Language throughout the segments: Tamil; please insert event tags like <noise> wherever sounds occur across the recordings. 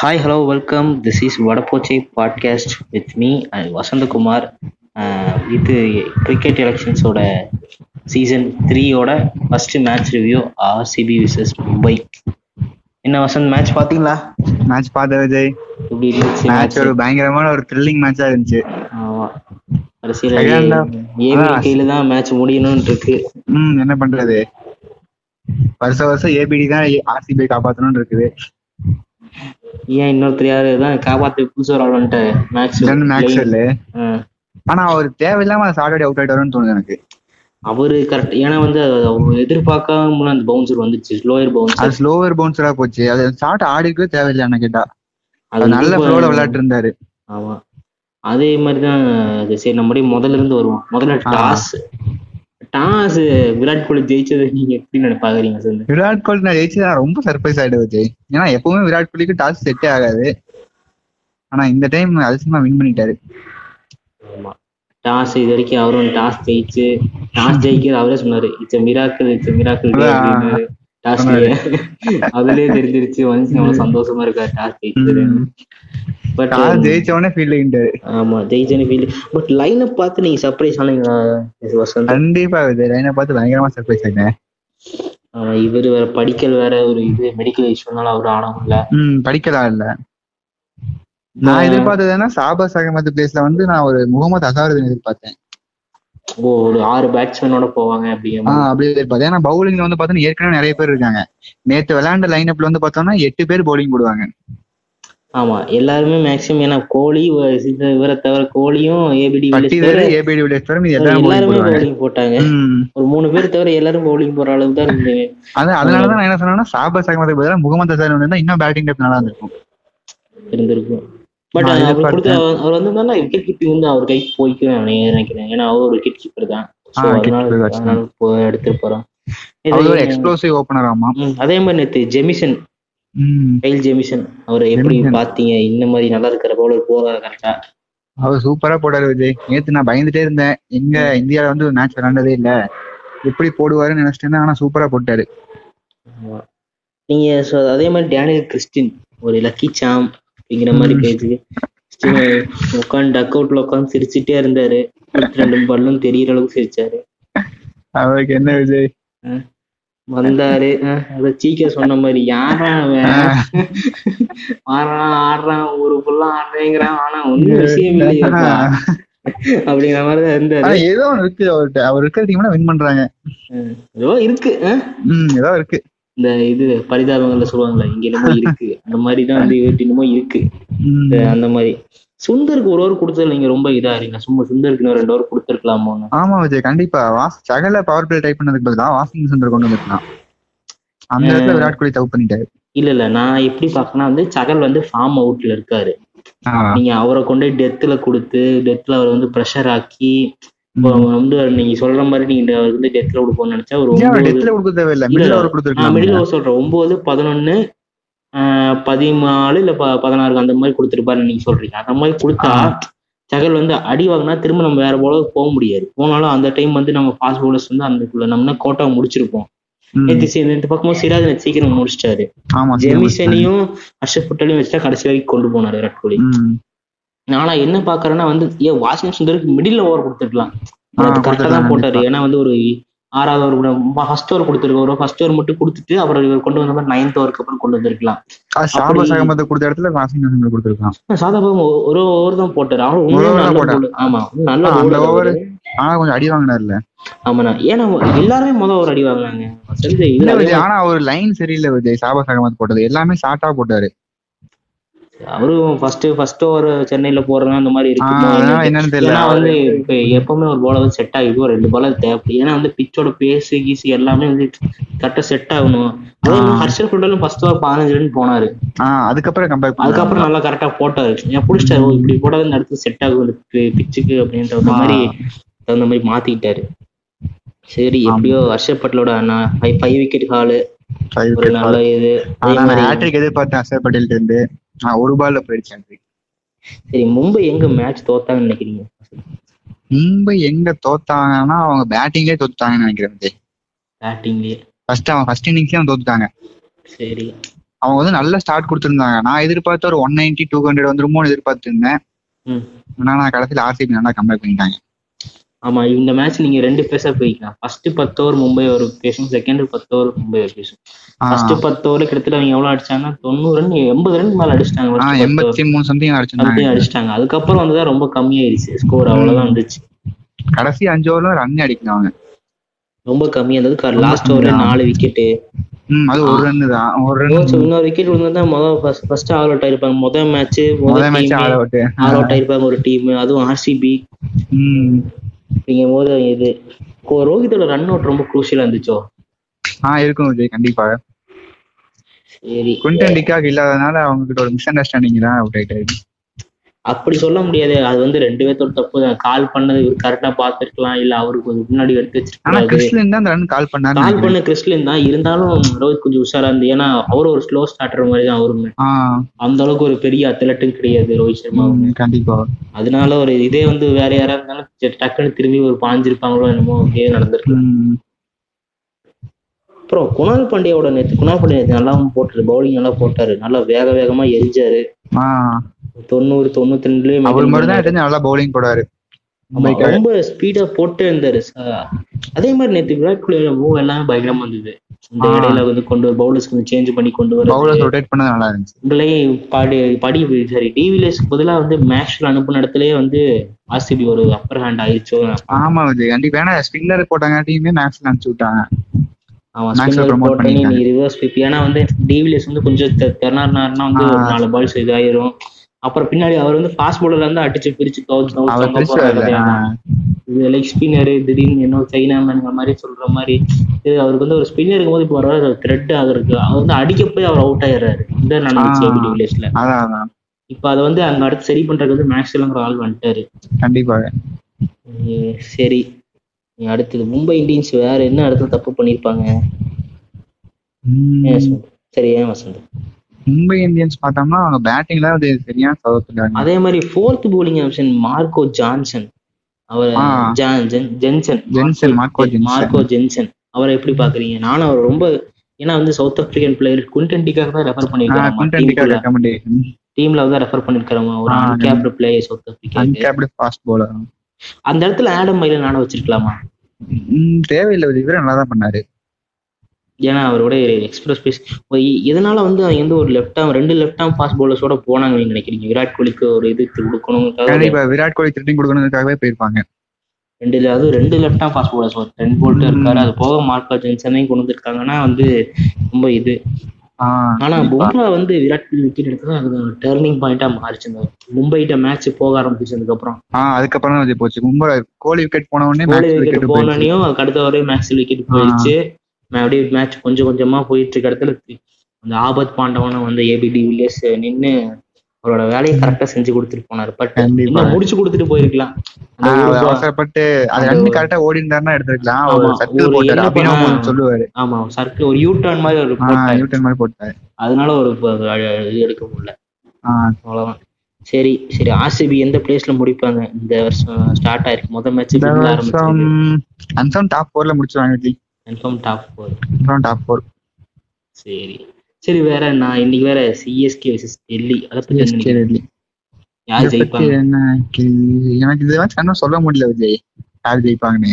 Hi, hello, welcome. This is Vadapoche podcast with me and Vasanthkumar. இது கிரிக்கெட் எலெக்ஷன்ஸோட சீசன் த்ரீயோட first match review RCB versus Mumbai என்ன வசந்த் மேட்ச் பாத்தீங்களா மேட்ச் பார்த்த விஜய் எப்படி இருந்துச்சு மேட்ச் மேட்ச் ஒரு பயங்கரமான ஒரு த்ரில்லிங் மேட்சா இருந்துச்சு ஆமா கடைசியில் Second half. ஏபி ஆ. கையில தான் மேட்ச் முடியணும்னு இருக்கு ம் என்ன பண்றது வருஷம் வருஷம் ஏபிடி தான் ஆர்சிபி காப்பாத்தணும்னு இருக்குது ஏன் இன்னொருத்தர் யாரு தான் காப்பாத்து புதுசு ஒரு ஆள் வந்துட்டு ஜென் மேக்ஸ்வெல் மேட்ச் ஆனா அவர் தேவையில்லாம அந்த சாட்டர்டே அவுட் ஆயிட்டாருன்னு தோணுது எனக்கு அவரு கரெக்ட் ஏன்னா வந்து அவர் எதிர்பார்க்காம அந்த பவுன்சர் வந்துச்சு லோயர் பவுன்சர் அது ஸ்லோவர் பவுன்சரா போச்சு அது ஷார்ட் ஆடிக்கவே தேவையில்லை எனக்கு கேட்டா அது அவர் நல்ல ரொம்ப- ஃப்ளோல விளையாட்டு இருந்தாரு ஆமா அதே மாதிரி தான் இது சரி நம்முடைய முதல்ல இருந்து வருவோம் முதல்ல ஆமா. டாஸ் டாஸ் விராட் கோலி ஜெயிச்சது நீங்க எப்படி நினை- பாக்குறீங்க சார் விராட் கோலி நான் ஜெயிச்சு நான் ரொம்ப சர்ப்ரைஸ் ஆயிடு விஜய் ஏன்னா எப்பவுமே விராட் கோலிக்கு டாஸ் செட்டே ஆகாது ஆனா இந்த டைம் அதிசயமா வின் பண்ணிட்டாரு ஆமா டாஸ் இது வரைக்கும் அவரும் டாஸ் ஜெயிச்சு <laughs> டாஸ் ஜெயிக்கிறது அவரே சொன்னாரு இட்ஸ் மிராக்கள் இட்ஸ் மிராக்கள் அதான். அப்படின்னு டாஸ்லயே அதுலயே தெரிஞ்சிருச்சு மனுஷன் அவ்வளவு சந்தோஷமா இருக்காரு டாஸ் ஜெயிச்சது பட் டாஸ் ஜெயிச்ச உடனே ஃபீல்ட் ஆகிட்டாரு ஆமா ஜெயிச்சனு ஃபீல் பட் லைனை பார்த்து நீங்க சர்ப்ரைஸ் ஆனீங்களா இது வசந்த் கண்டிப்பா விஜய் லைனை பார்த்து பயங்கரமா சர்ப்ரைஸ் ஆயிட்டேன் ஆமா, இவரு வேற படிக்கல் வேற ஒரு இது மெடிக்கல் இஷ்யூனால அவரு ஆனவங்க இல்ல ம் படிக்கலா இல்ல நான் எதிர்பார்த்ததுன்னா சாபர் சகமத்து பிளேஸ்ல வந்து நான் ஒரு முகமது அசாருதீன் எதிர்பார்த்தேன் ஓ ஒரு ஆறு பேட்ஸ்மேனோட போவாங்க அப்படிங்கிற ஆஹ் மாதிரி. அப்படி எதிர்பார்த்தேன் ஏன்னா பவுலிங்ல வந்து பாத்தீங்கன்னா ஏற்கனவே நிறைய பேர் இருக்காங்க நேத்து விளையாண்ட லைன் அப்ல வந்து பார்த்தோம்னா எட்டு பேர் பவுலிங் போடுவாங்க ஆமா எல்லாருமே மேக்ஸிமம் ஏன்னா கோலி வ- சித்த இவரை தவிர கோலியும் ஏபிடி பட்டி வேறு ஏபிடி விளையாட்டு இது எல்லாரும் எல்லாருமே bowling போடுவாங்க பவுலிங் போட்டாங்க ம். ஒரு மூணு பேர் தவிர எல்லாரும் பவுலிங் போற அளவுக்கு தான் இருந்தது அது அதனாலதான் நான் என்ன சொன்னேன்னா சாபர் சகமத்துக்கு பதிலாக முகமது அசார் வந்து இன்னும் பேட்டிங் டைப் நல்லா இருந்திருக்கும் இருந்திருக்கும் பட் நான் அவர் எதிர்பார்த்தேன். கொடுத்த அவர் அவர் வந்திருந்தா விக்கெட் கீப்பிங் வந்து அவர் கைக்கு போய்க்கும் நான் நினைக்கிறேன் ஏன்னா அவர் ஒரு விக்கெட் கீப்பர் தான் So, ஆ, wicket அதனால keeper தான். அதனால போ- எடுத்துட்டு போறோம் இது- அது ஒரு எக்ஸ்ப்ளோசிவ் ஓப்பனர் ஆமா ம், அதே மாதிரி நேத்து ஜெமிசன் ம். கைல் ஜெமிசன் அவர் எப்படி ஜெமிசன். பாத்தீங்க இந்த மாதிரி நல்லா இருக்கிற பவுலர் போறாரு கரெக்டா அவர் சூப்பரா போடாரு விஜய் நேத்து நான் பயந்துட்டே இருந்தேன் எங்க இந்தியால வந்து ஒரு மேட்ச் விளையாண்டதே இல்ல எப்படி போடுவாருன்னு நினைச்சிட்டு இருந்தேன் ஆனா சூப்பரா போட்டாரு ஆமா. நீங்க so அதே மாதிரி டேனியல் கிறிஸ்டின் ஒரு லக்கி சாம் அப்படிங்கிற மாதிரி பேஜுக்கு உட்காந்து டக் அவுட்ல உட்காந்து சிரிச்சுட்டே இருந்தாரு இருபத்தி ரெண்டு பல்லும் தெரியற அளவுக்கு சிரிச்சாரு அவருக்கு என்ன விஜய் வந்தாரு அஹ், அத சீக்கிர சொன்ன மாதிரி யாரா அவன் ஆஹ். ஆடுறான் ஆடுறான் ஒரு புல்லா ஆடுறேங்கிறான் ஆனா ஒண்ணும் விஷயம் இல்லையா அப்படிங்கிற மாதிரி தான் இருந்தாரு ஆனா ஏதோ ஒண்ணு இருக்கு அவர்கிட்ட அவர் இருக்கிற டீம்ல வின் பண்றாங்க அஹ், ஏதோ இருக்கு அஹ். ம் ஏதோ இருக்கு இந்த இது பரிதாபங்கள்ல சொல்லுவாங்கல்ல இங்க என்னமோ இருக்கு அந்த மாதிரி தான் வந்து இவர்கிட்ட என்னமோ இருக்கு ம். அந்த- அந்த மாதிரி சுந்தருக்கு ஒரு ஓவர் கொடுத்தது நீங்க ரொம்ப இதா இருங்க சும்மா சுந்தருக்கு இன்னும் ரெண்டு ஓவர் கொடுத்துருக்கலாமோன்னு ஆமா விஜய் கண்டிப்பா வாஸ் சகல பவர் பிளே டைப் பண்ணதுக்கு பதிலா வாஷிங் சுந்தர் கொண்டு வந்துருக்கலாம் அந்த இடத்துல விராட் கோலி தப்பு பண்ணிட்டாரு இல்ல இல்ல நான் எப்படி பாக்கனா வந்து சகல் வந்து ஃபார்ம் அவுட்ல இருக்காரு ஆ. நீங்க அவரை கொண்டு டெத்ல கொடுத்து டெத்ல அவர் வந்து ப்ரெஷர் ஆக்கி இப்போ அவர் வந்து நீங்க சொல்ற மாதிரி நீங்க அவர் வந்து டெத்ல கொடுப்போம்னு நினைச்சா ஒரு விஜய் அவர் ஒன்பது டெத்ல கொடுக்க தேவையில்ல இல்ல, மிடில் ஓவர் நான் மிடில் கொடுத்துருக்கலாம் ஓவர் சொல்றேன் ஒன்பது பதினொன்னு ஆஹ் பதினாலு இல்ல ப- பதினாறு அந்த மாதிரி கொடுத்துருப்பாரு நீங்க சொல்றீங்க அந்த மாதிரி கொடுத்தா சகல் வந்து அடி வாங்கினா திரும்ப நம்ம வேற போலவுக்கு போக முடியாது போனாலும் அந்த டைம் வந்து நம்ம ஃபாஸ்ட் பவுலர்ஸ் வந்து அந்தக்குள்ள நம்ம கோட்டாவை முடிச்சிருப்போம் ம். நேத்து சி- நேத்து பக்கமும் சிராஜ் நேத்து சீக்கிரம் முடிச்சிட்டாரு ஆமா ஜெமிசனையும் ஹர்ஷப் பட்டேலையும் வச்சுதான் கடைசி வரைக்கும் கொண்டு போனாரு விராட் கோலி ம். நானா என்ன பாக்குறேன்னா வந்து ஏன் வாஷிங் சுந்தருக்கு மிடில் ஓவர் கொடுத்துருக்கலாம் ஆ, கரெக்டா தான் கொடுத்துருக்கலாம் போட்டாரு ஏன்னா வந்து ஒரு ஆறாவது ஓவர் கூட ஃபர்ஸ்ட் ஓவர் கொடுத்துருக்காரு ஃபர்ஸ்ட் ஓவர் மட்டும் கொடுத்துட்டு அப்புறம் இவர் கொண்டு வந்த மாதிரி நைன்த் ஓவருக்கு அப்புறம் கொண்டு வந்திருக்கலாம் அது ஷாபா அப்படி- சகமத்தை கொடுத்த இடத்துல வாஷிங் சுந்தர் கொடுத்துருக்கலாம் சாதாபாபம் ஒரு ஓவர் தான் போட்டாரு அவரு ஒரு உண்மையிலே over தான் நல்ல போட்டாரு. bowler. ஆமா நல்ல ஆ, அந்த bowler over அவரு. ஆனா கொஞ்சம் அடி வாங்கினார்ல ஆமாண்ணா ஏன்னா எல்லாருமே முத ஒரு அடி வாங்கினாங்க வசந்த் இல்ல இதுல விஜய் ஆனா அவர் லைன் சரியில்லை விஜய் ஷாபா சகமத் போட்டது எல்லாமே ஷார்ட்டா போட்டாரு அவரும் ஃபர்ஸ்ட் ஃபர்ஸ்ட் ஓவர் சென்னையில போறதா அந்த மாதிரி இருக்குமோ ஆஹ் அதெல்லாம் என்னன்னு என்னன்னு தெரியல. தெரியல ஏன்னா வந்து இப்ப எப்பவுமே ஒரு பால் வந்து செட் ஆகுது ஒரு ரெண்டு பால் தேவை ஏன்னா வந்து பிச்சோட பேசு கீசு எல்லாமே வந்து கரெக்டா செட் ஆகணும் அதே மாதிரி ஹர்ஷல் குண்டலும் ஃபர்ஸ்ட் ஓவர் பதினஞ்சு ரன் போனாரு ஆஹ் அதுக்கப்புறம் கம்பேர் பண்ண அதுக்கப்புறம் நல்லா கரெக்டா போட்டாரு ஏன் பிடிச்சிட்டாரு ஓ, இப்படி போடாத இந்த இடத்துக்கு செட் ஆகும் இந்த பிச்சுக்கு அப்படின்ற மாதிரி தகுந்த மாதிரி மாத்திக்கிட்டாரு சரி எப்படியோ ஹர்ஷப் பட்டலோட ஃபைவ் விக்கெட் ஹாலு ஒரு நல்ல இது அதே ஆனா நான் மாதிரி ஹேட்ரிக் எதிர்பார்த்தேன் அசர் பட்டேல்ட்ட இருந்து நான் ஒரு பால்ல போயிடுச்சு ஹேட்ரிக் சரி மும்பை எங்க மேட்ச் தோத்தாங்கன்னு நினைக்கிறீங்க மும்பை எங்க தோத்தாங்கன்னா அவங்க பேட்டிங்லே தோத்துட்டாங்கன்னு நினைக்கிறேன் விஜய் பேட்டிங்லயே ஃபர்ஸ்ட் அவன் ஃபர்ஸ்ட் இன்னிங்ஸ்ல அவன் தோத்துட்டாங்க சரி அவங்க வந்து நல்ல ஸ்டார்ட் கொடுத்துருந்தாங்க நான் எதிர்பார்த்த ஒரு ஒன் நைன்டி டூ ஹண்ட்ரட் வந்துருமோன்னு எதிர்பார்த்திருந்தேன் ம். ஆனா நான் கடைசியில் ஆர்சிபி நல்லா கம்பேர் பண்ணிட்டாங்க ஆமா இந்த மேட்ச் நீங்க ரெண்டு பேஸா போய்க்கலாம் ஃபர்ஸ்ட் பத்து ஓவர் மும்பை ஒரு பேசும் செகண்ட் பத்து ஓவர் மும்பை ஒரு பேசும் ஆ, ஃபர்ஸ்ட் பத்து ஓவர் கிட்டத்தட்ட அவங்க எவ்வளவு அடிச்சாங்க தொண்ணூறு ரன் எண்பது ரன் மேல அடிச்சிட்டாங்க ஆ, first பத்து over. எண்பத்தி மூணு சம்திங் அடிச்சிருந்தாங்க அப்படியே அடிச்சிட்டாங்க அதுக்கப்புறம் வந்துதான் ரொம்ப கம்மியாயிருச்சு ஸ்கோர் அவ்வளவுதான் வந்துச்சு கடைசி அஞ்சு ஓவர்ல ரன் அடிக்கணும் அவங்க ரொம்ப கம்மியா இருந்தது லாஸ்ட் ஓவர்ல நாலு விக்கெட் ம் அது ஒரு ரன் தான் ஒரு ரன் இன்னொரு விக்கெட் விழுந்தா முதல் ஃபர்ஸ்ட் ஆல் அவுட் ஆயிருப்பாங்க முதல் மேட்ச் முதல் முதல் match all all out out ஆயிருப்பாங்க ஒரு டீம் அதுவும் ஆர்சிபி ம் அப்படிங்கும் போது இது கோ- ரோஹித்தோட ரன் அவுட் ரொம்ப குரூஷியலா இருந்துச்சோ ஆ இருக்கும் விஜய் கண்டிப்பா சரி குண்டன் டிக்காக் இல்லாதனால அவங்க கிட்ட ஒரு மிஸ் அண்டர்ஸ்டாண்டிங் தான் அவுட் ஆயிட்டாரு அப்படி சொல்ல முடியாது அது வந்து ரெண்டு பேர்த்தோட தப்பு தான் கால் பண்ணது இவர் கரெக்டா பாத்துருக்கலாம் இல்ல அவருக்கு கொஞ்சம் முன்னாடி எடுத்து ஆனா வச்சிருக்காது கிறிஸ்லின் தான் அந்த ரன் கால் பண்ணாரு கால் நினைக்கிறேன். பண்ண கிறிஸ்லின் தான் இருந்தாலும் ரோஹித் கொஞ்சம் உஷாரா இருந்து ஏன்னா அவரும் ஒரு ஸ்லோ ஸ்டார்டர் மாதிரி தான் அவருமே ஆ அந்த அளவுக்கு ஒரு பெரிய அத்லட்டும் கிடையாது ரோஹித் சர்மா ம், கண்டிப்பா அதனால ஒரு இதே வந்து வேற யாரா இருந்தாலும் சரி, டக்குன்னு திரும்பி ஒரு பாஞ்சிருப்பாங்களோ என்னமோ அப்படியே நடந்திருக்கு ம், அப்புறம் குணால் பாண்டியாவோட நேத்து குணால் பாண்டியா நேத்து நல்லா போட்டாரு பவுலிங் நல்லா போட்டாரு நல்லா வேக வேகமா எரிஞ்சாரு ஆ தொண்ணூறு தொண்ணூத்தி ரெண்டுலயும் அவர் மட்டும் தான் எடுத்து நல்லா பவுலிங் போடாரு ஆமா, ரொம்ப ஸ்பீடா போட்டே இருந்தாரு ஆஹ் அதே மாதிரி நேத்து விராட் கோலியோட மூவ் எல்லாமே பயங்கரமா இருந்தது இந்த ஆ. இடையில வந்து கொண்டு வர பவுலர்ஸ் கொஞ்சம் சேஞ்ச் பண்ணி கொண்டு வர பவுலர்ஸ் ரொட்டேட் பண்ணது நல்லா இருந்துச்சு உங்களையும் படி படி சாரி டிவிலியர்ஸ்க்கு பதிலா வந்து மேட்ச்ல அனுப்புன இடத்துலயே வந்து ஆர்சிபி ஒரு அப்பர் ஹேண்ட் ஆயிடுச்சோ ஆமா விஜய் கண்டிப்பா ஏன்னா ஸ்பின்னர் போட்டாங்க டீமே மேக்ஸ்ல அனுப்பிச்சு விட்டாங்க அவன் Maxwell ஸ்பின்னர் promote போட்டோன்னே நீ ரிவர்ஸ் பிப் ஏன்னா வந்து டிவிலியர்ஸ் வந்து கொஞ்சம் தெ- திணறினாருன்னா வந்து ஒரு நாலு பால்ஸ் இதாயிரும் அப்புறம் பின்னாடி அவர் வந்து ஃபாஸ்ட் பவுலர்ல இருந்து அடிச்சு பிரிச்சு கவுச்சு அவர் கவுச்சு பெருசா இல்ல ஆ, இது லைக் ஸ்பின்னர் திடீர்னு என்ன சைனா மேனுங்க மாதிரி சொல்ற மாதிரி இது அவருக்கு வந்து ஒரு ஸ்பின்னர் இருக்கும்போது இப்போ வர த்ரெட் ஆகுறதுக்கு அவர் வந்து அடிக்க போய் அவர் அவுட் ஆயிடுறாரு இந்த நடந்துச்சு ஆ. டிவிலியர்ஸ்ல அதான் அதான் இப்போ அதை வந்து அங்க அடுத்து சரி பண்றதுக்கு வந்து மேக்ஸ்வெல்ங்கிற ஆள் வந்துட்டாரு கண்டிப்பா உம் சரி நீ அடுத்தது மும்பை இந்தியன்ஸ் வேற என்ன அடுத்து தப்பு பண்ணிருப்பாங்க ம், சரி ஏன் வசந்த் மும்பை இந்தியன்ஸ் பார்த்தோம்னா அவங்க பேட்டிங்ல அது சரியா சவுத்துல அதே மாதிரி fourth bowling option Marco Jansen அவர் ஆ. ஜான் ஜென்- Jansen Jansen Marco Jansen Marco Jansen அவரை எப்படி பாக்குறீங்க நானும் அவர் ரொம்ப ஏன்னா வந்து சவுத் ஆப்பிரிக்கன் பிளேயர் குண்டன்டிக்காக தான் ரெஃபர் குண்டன் டிக்காக் பண்ணிருக்காங்க ரெக்கமெண்டேஷன் டீம்ல வந்து ரெஃபர் பண்ணிருக்காங்க ஒரு ஆ, அன்கேப்டு பிளேயர் சவுத் ஆப்பிரிக்காவுக்கு அன்கேப்டு ஃபாஸ்ட் பவுலர் அந்த இடத்துல ஆடம் மயில நாட வச்சிருக்கலாமா தேவையில்லை விஜய் இவரே நல்லா தான் பண்ணாரு ஏன்னா அவரோட எக்ஸ்பிரஸ் பேஸ் இதனால வந்து அவங்க வந்து ஒரு லெஃப்ட் ஆம் ரெண்டு லெஃப்ட் ஆம் ஃபாஸ்ட் பவுலர்ஸோட போனாங்க நீங்க நினைக்கிறீங்க விராட் கோலிக்கு ஒரு இது கொடுக்கணுங்கிறதுக்காக ஒரு கண்டிப்பா விராட் கோலி திருட்டிங் கொடுக்கறதுக்காகவே போயிருப்பாங்க ரெண்டு அதுவும் ரெண்டு லெஃப்ட் ஆஃப் ஃபாஸ்ட் பவுலர்ஸ் ஒரு டென் போல்ட் இருக்காரு அது போக மார்க்கா ஜென்சனையும் கொண்டு வந்திருக்காங்கன்னா வந்து ரொம்ப இது ஆ, ஆனா பும்ரா வந்து விராட் கோலி விக்கெட் எடுத்தது அது டேர்னிங் பாயிண்டா மாறிச்சுங்க மும்பைட்ட மேட்ச் போக ஆரம்பிச்சதுக்கு அப்புறம் ஆ அதுக்கப்புறம் தான் விஜய் போச்சு மும்பை கோலி விக்கெட் போன உடனே கோலி மேட்ச் விக்கெட் விக்கெட் போயிடுச்சு போனோனையும் அதுக்கு அடுத்த வரையும் மேட்ச் விக்கெட் போயிடுச்சு நான் அப்படியே மேட்ச் கொஞ்சம் கொஞ்சமா போயிட்டு இருக்க இடத்துல தி- அந்த ஆபத் பாண்டவனும் வந்து ஏபிடி வில்லியர்ஸ் நின்னு அவரோட வேலையை கரெக்டா செஞ்சு கொடுத்துட்டு போனாரு பட் கண்டிப்பா. இன்னும் முடிச்சு கொடுத்துட்டு போயிருக்கலாம் ஆ, அந்த ஒரு அவர் ball- அவசரப்பட்டு அது அந்த ரன் ஒரு- கரெக்டா ஓடி இருந்தாருன்னா எடுத்துருக்கலாம் ஆமா, ஒரு சர்க்கிள் ஒரு போட்டாரு என்ன அப்படின்னு பண்ணா- அவர் சொல்லுவாரு ஆமா சர்க்கிள் ஒரு யூ டர்ன் மாதிரி ஒரு ஆ, போட்டாரு. நியூட்டன் மாதிரி போட்டாரு அதனால ஒரு ப- அ- இது எடுக்க முடியல ஆ, அவ்வளவுதான் சரி சரி ஆர்சிபி எந்த பிளேஸ்ல முடிப்பாங்க இந்த வருஷம் ஸ்டார்ட் ஆயிருக்கு முத மேட்ச் இந்த வருஷம் கன்ஃபார்ம் டாப் போர்ல முடிச்சிருவாங்க விஜய் கன்ஃபார்ம் டாப் போகுது கன்ஃபார்ம் டாப் போர் சரி சரி வேற நான் இன்னைக்கு வேற சிஎஸ்கே வர்சஸ் டெல்லி அதை பத்தி என்ன நினைக்கிறீங்க? யார் ஜெயிப்பாங்க என்ன கே- எனக்கு இதை வச்சு இன்னும் சொல்ல முடியல விஜய் யார் ஜெயிப்பாங்கன்னு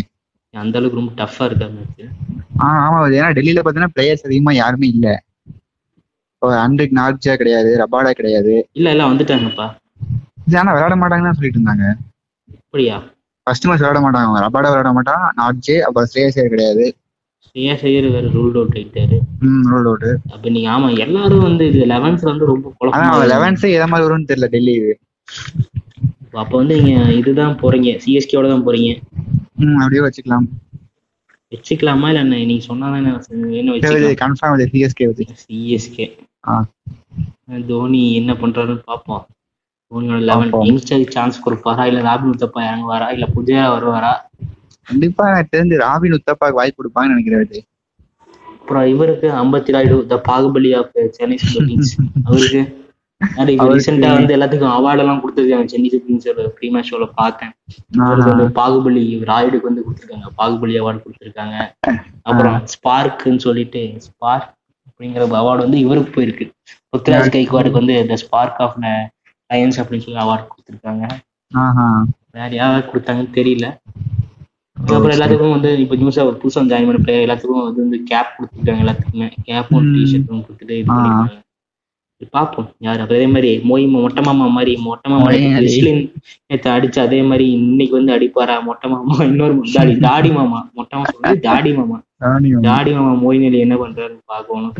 அந்த அளவுக்கு ரொம்ப டஃபா இருக்கா மேட்ச் ஆ, ஆமா விஜய் ஏன்னா டெல்லியில பாத்தீங்கன்னா பிளேயர்ஸ் அதிகமா யாருமே இல்ல ஹண்ட்ரிக் நார்ஜியா கிடையாது ரபாடா கிடையாது இல்ல எல்லாம் வந்துட்டாங்கப்பா இது ஆனா விளையாட மாட்டாங்கன்னு சொல்லிட்டு இருந்தாங்க அப்படியா ஃபர்ஸ்ட் மேட்ச் விளையாட மாட்டாங்க அவங்க ரபாடா விளையாட மாட்டான் நார்ஜே அப்புறம் ஸ்ரேயஸ் ஐயர் கிடையாது ஸ்ரேயா செய்யற வேற ரூல் அவுட் ஆயிட்டாரு ம் ரோல் அவுட் அப்ப நீங்க ஆமா எல்லாரும் வந்து இது லெவன்ஸ்ல வந்து ரொம்ப அதான் குழப்பமா அவன் இருக்கு. லெவன்ஸே எதை மாதிரி வரும்னு தெரியல டெல்லி இது அப்ப வந்து நீங்க இதுதான் போறீங்க சிஎஸ்கேவோட தான் போறீங்க ம் அப்படியே வச்சுக்கலாம் வச்சுக்கலாமா இல்ல என்ன நீங்க சொன்னாதான் நான் செஞ்சு- என்ன வச்சுக்கலாம் கன்ஃபார்ம் இது சிஎஸ்கே வச்சு சிஎஸ்கே ஆ E தோனி என்ன பண்றாருன்னு பார்ப்போம் தோனியோட லெவன் பார்ப்போம். யங்ஸ்டருக்கு சான்ஸ் கொடுப்பாரா இல்ல ராபின் உத்தப்பா இறங்குவாரா இல்ல புஜையா வருவாரா கண்டிப்பா எனக்கு தெரிஞ்சு ராபின் உத்தப்பாக்கு வாய்ப்பு கொடுப்பாங்கன்னு நினைக்கிறேன் விஜய். அப்புறம் இவருக்கு Ambati Rayudu the Baahubali of Chennai Super Kings அவருக்கு அது இப்போ அவருக்கு- ரீசெண்டா வந்து எல்லாத்துக்கும் அவார்ட் எல்லாம் கொடுத்துருக்காங்க சென்னை சூப்பர் கிங்ஸோட ப்ரீ மேட்ச் ஷோல பார்த்தேன் அவருக்கு வந்து பாகுபலி ராயுடுக்கு வந்து கொடுத்துருக்காங்க பாகுபலி அவார்டு கொடுத்துருக்காங்க அப்புறம் ஸ்பார்க்குன்னு சொல்லிட்டு ஸ்பார்க் அப்படிங்கிற அவார்டு வந்து இவருக்கு போயிருக்கு ருத்ராஜ் கைக்வாடுக்கு வந்து த ஸ்பார்க் ஆஃப் லயன்ஸ் அப்படின்னு சொல்லி அவார்டு கொடுத்துருக்காங்க ஆஹா வேற யாராவது கொடுத்தாங்கன்னு தெரியல அதுக்கப்புறம் எல்லாத்துக்கும் வந்து இப்போ நியூஸா ஒரு புதுசா ஜாயின் பண்ண பிளேயர் எல்லாத்துக்கும் வந்து வந்து கேப் கொடுத்துருக்காங்க எல்லாத்துக்குமே கேப்பும் ம். டிஷர்ட்டும் கொடுத்துட்டு இது ஆ. பண்ணிருக்காங்க. இது பார்ப்போம் யார் அப்புறம் அதே மாதிரி மோய் மொட்டை மாமா மாதிரி மொட்டை மாமா மொய் அடி. விஷ்லின் நேற்று அடிச்சு அதே மாதிரி இன்னைக்கு வந்து அடிப்பாரா மொட்டை மாமா <laughs> இன்னொரு தாடி தாடி மாமா மொட்டை மாமா வந்து <laughs> தாடி மாமா ராணியும் தாடி மாமா மோய் நிலை என்ன பண்றாருன்னு பார்க்கணும்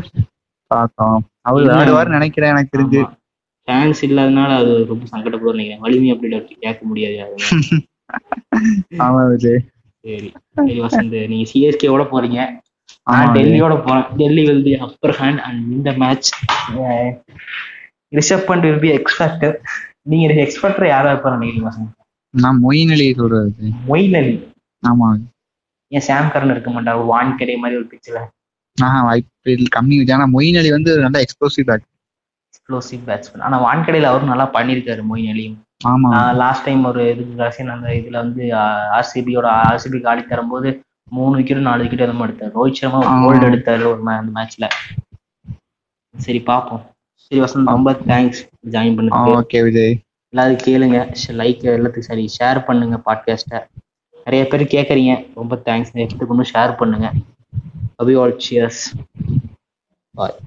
பார்த்தோம் அவர் விளையாடுவாரு நினைக்கிறேன் எனக்கு தெரிஞ்சு ஃபேன்ஸ் இல்லாதனால அது ரொம்ப சங்கடப்படுவோம் நினைக்கிறேன் வலிமை அப்படி அப்படி கேட்க முடியாது யாருமே <laughs> ஆமா விஜய் சரி சரி வசந்த் நீங்க சிஎஸ்கே ஓட போறீங்க ஆமா நான் டெல்லியோட போறேன் Delhi will be upper hand and இந்த match Rishabh Pant will be X factor நீங்க எக்ஸ்பெக்டர் யாரா இருப்பாரு நினைக்கிறீங்க வசந்த் நான் மொயின் அலியை சொல்றது விஜய். மொயின் அலி ஆமா ஏன் சாம் கரன் இருக்க மாட்டார் ஒரு வான்கடை மாதிரி ஒரு பிச்சில் ஆஹ் வாய்ப்பு இல்ல, கம்மி விஜய் ஆனா மொயின் அலி வந்து நல்லா எக்ஸ்ப்ளோசிவ் பேட் எக்ஸ்ப்ளோசிவ் பேட்ஸ்மேன் ஆனா வான்கடையில அவரும் நல்லா பண்ணியிருக்காரு மொயின் அலியும் ஆமா நான் லாஸ்ட் டைம் ஒரு இதுக்கு ரசிகன் அந்த இதுல வந்து ஆர்சிபியோட ஆர்சிபி காலி தரும்போது மூணு விக்கெட் நாலு விக்கெட் எதுவும் எடுத்தார் ரோஹித் சர்மா ஆமா. ஹோல்ட் எடுத்தாரு ஒரு ma- அந்த மேட்ச்ல சரி பாப்போம் சரி வசந்த் ரொம்ப தேங்க்ஸ் ஜாயின் பண்ணதுக்கு ஓகே விஜய் எல்லாரும் கேளுங்க லைக் எல்லாத்துக்கும் சரி ஷேர் பண்ணுங்க பாட்காஸ்ட்டை நிறைய பேர் கேட்குறீங்க ரொம்ப தேங்க்ஸ் நிறைய பேருக்கு ஷேர் பண்ணுங்க அபி ஆல் சியர்ஸ் பாய்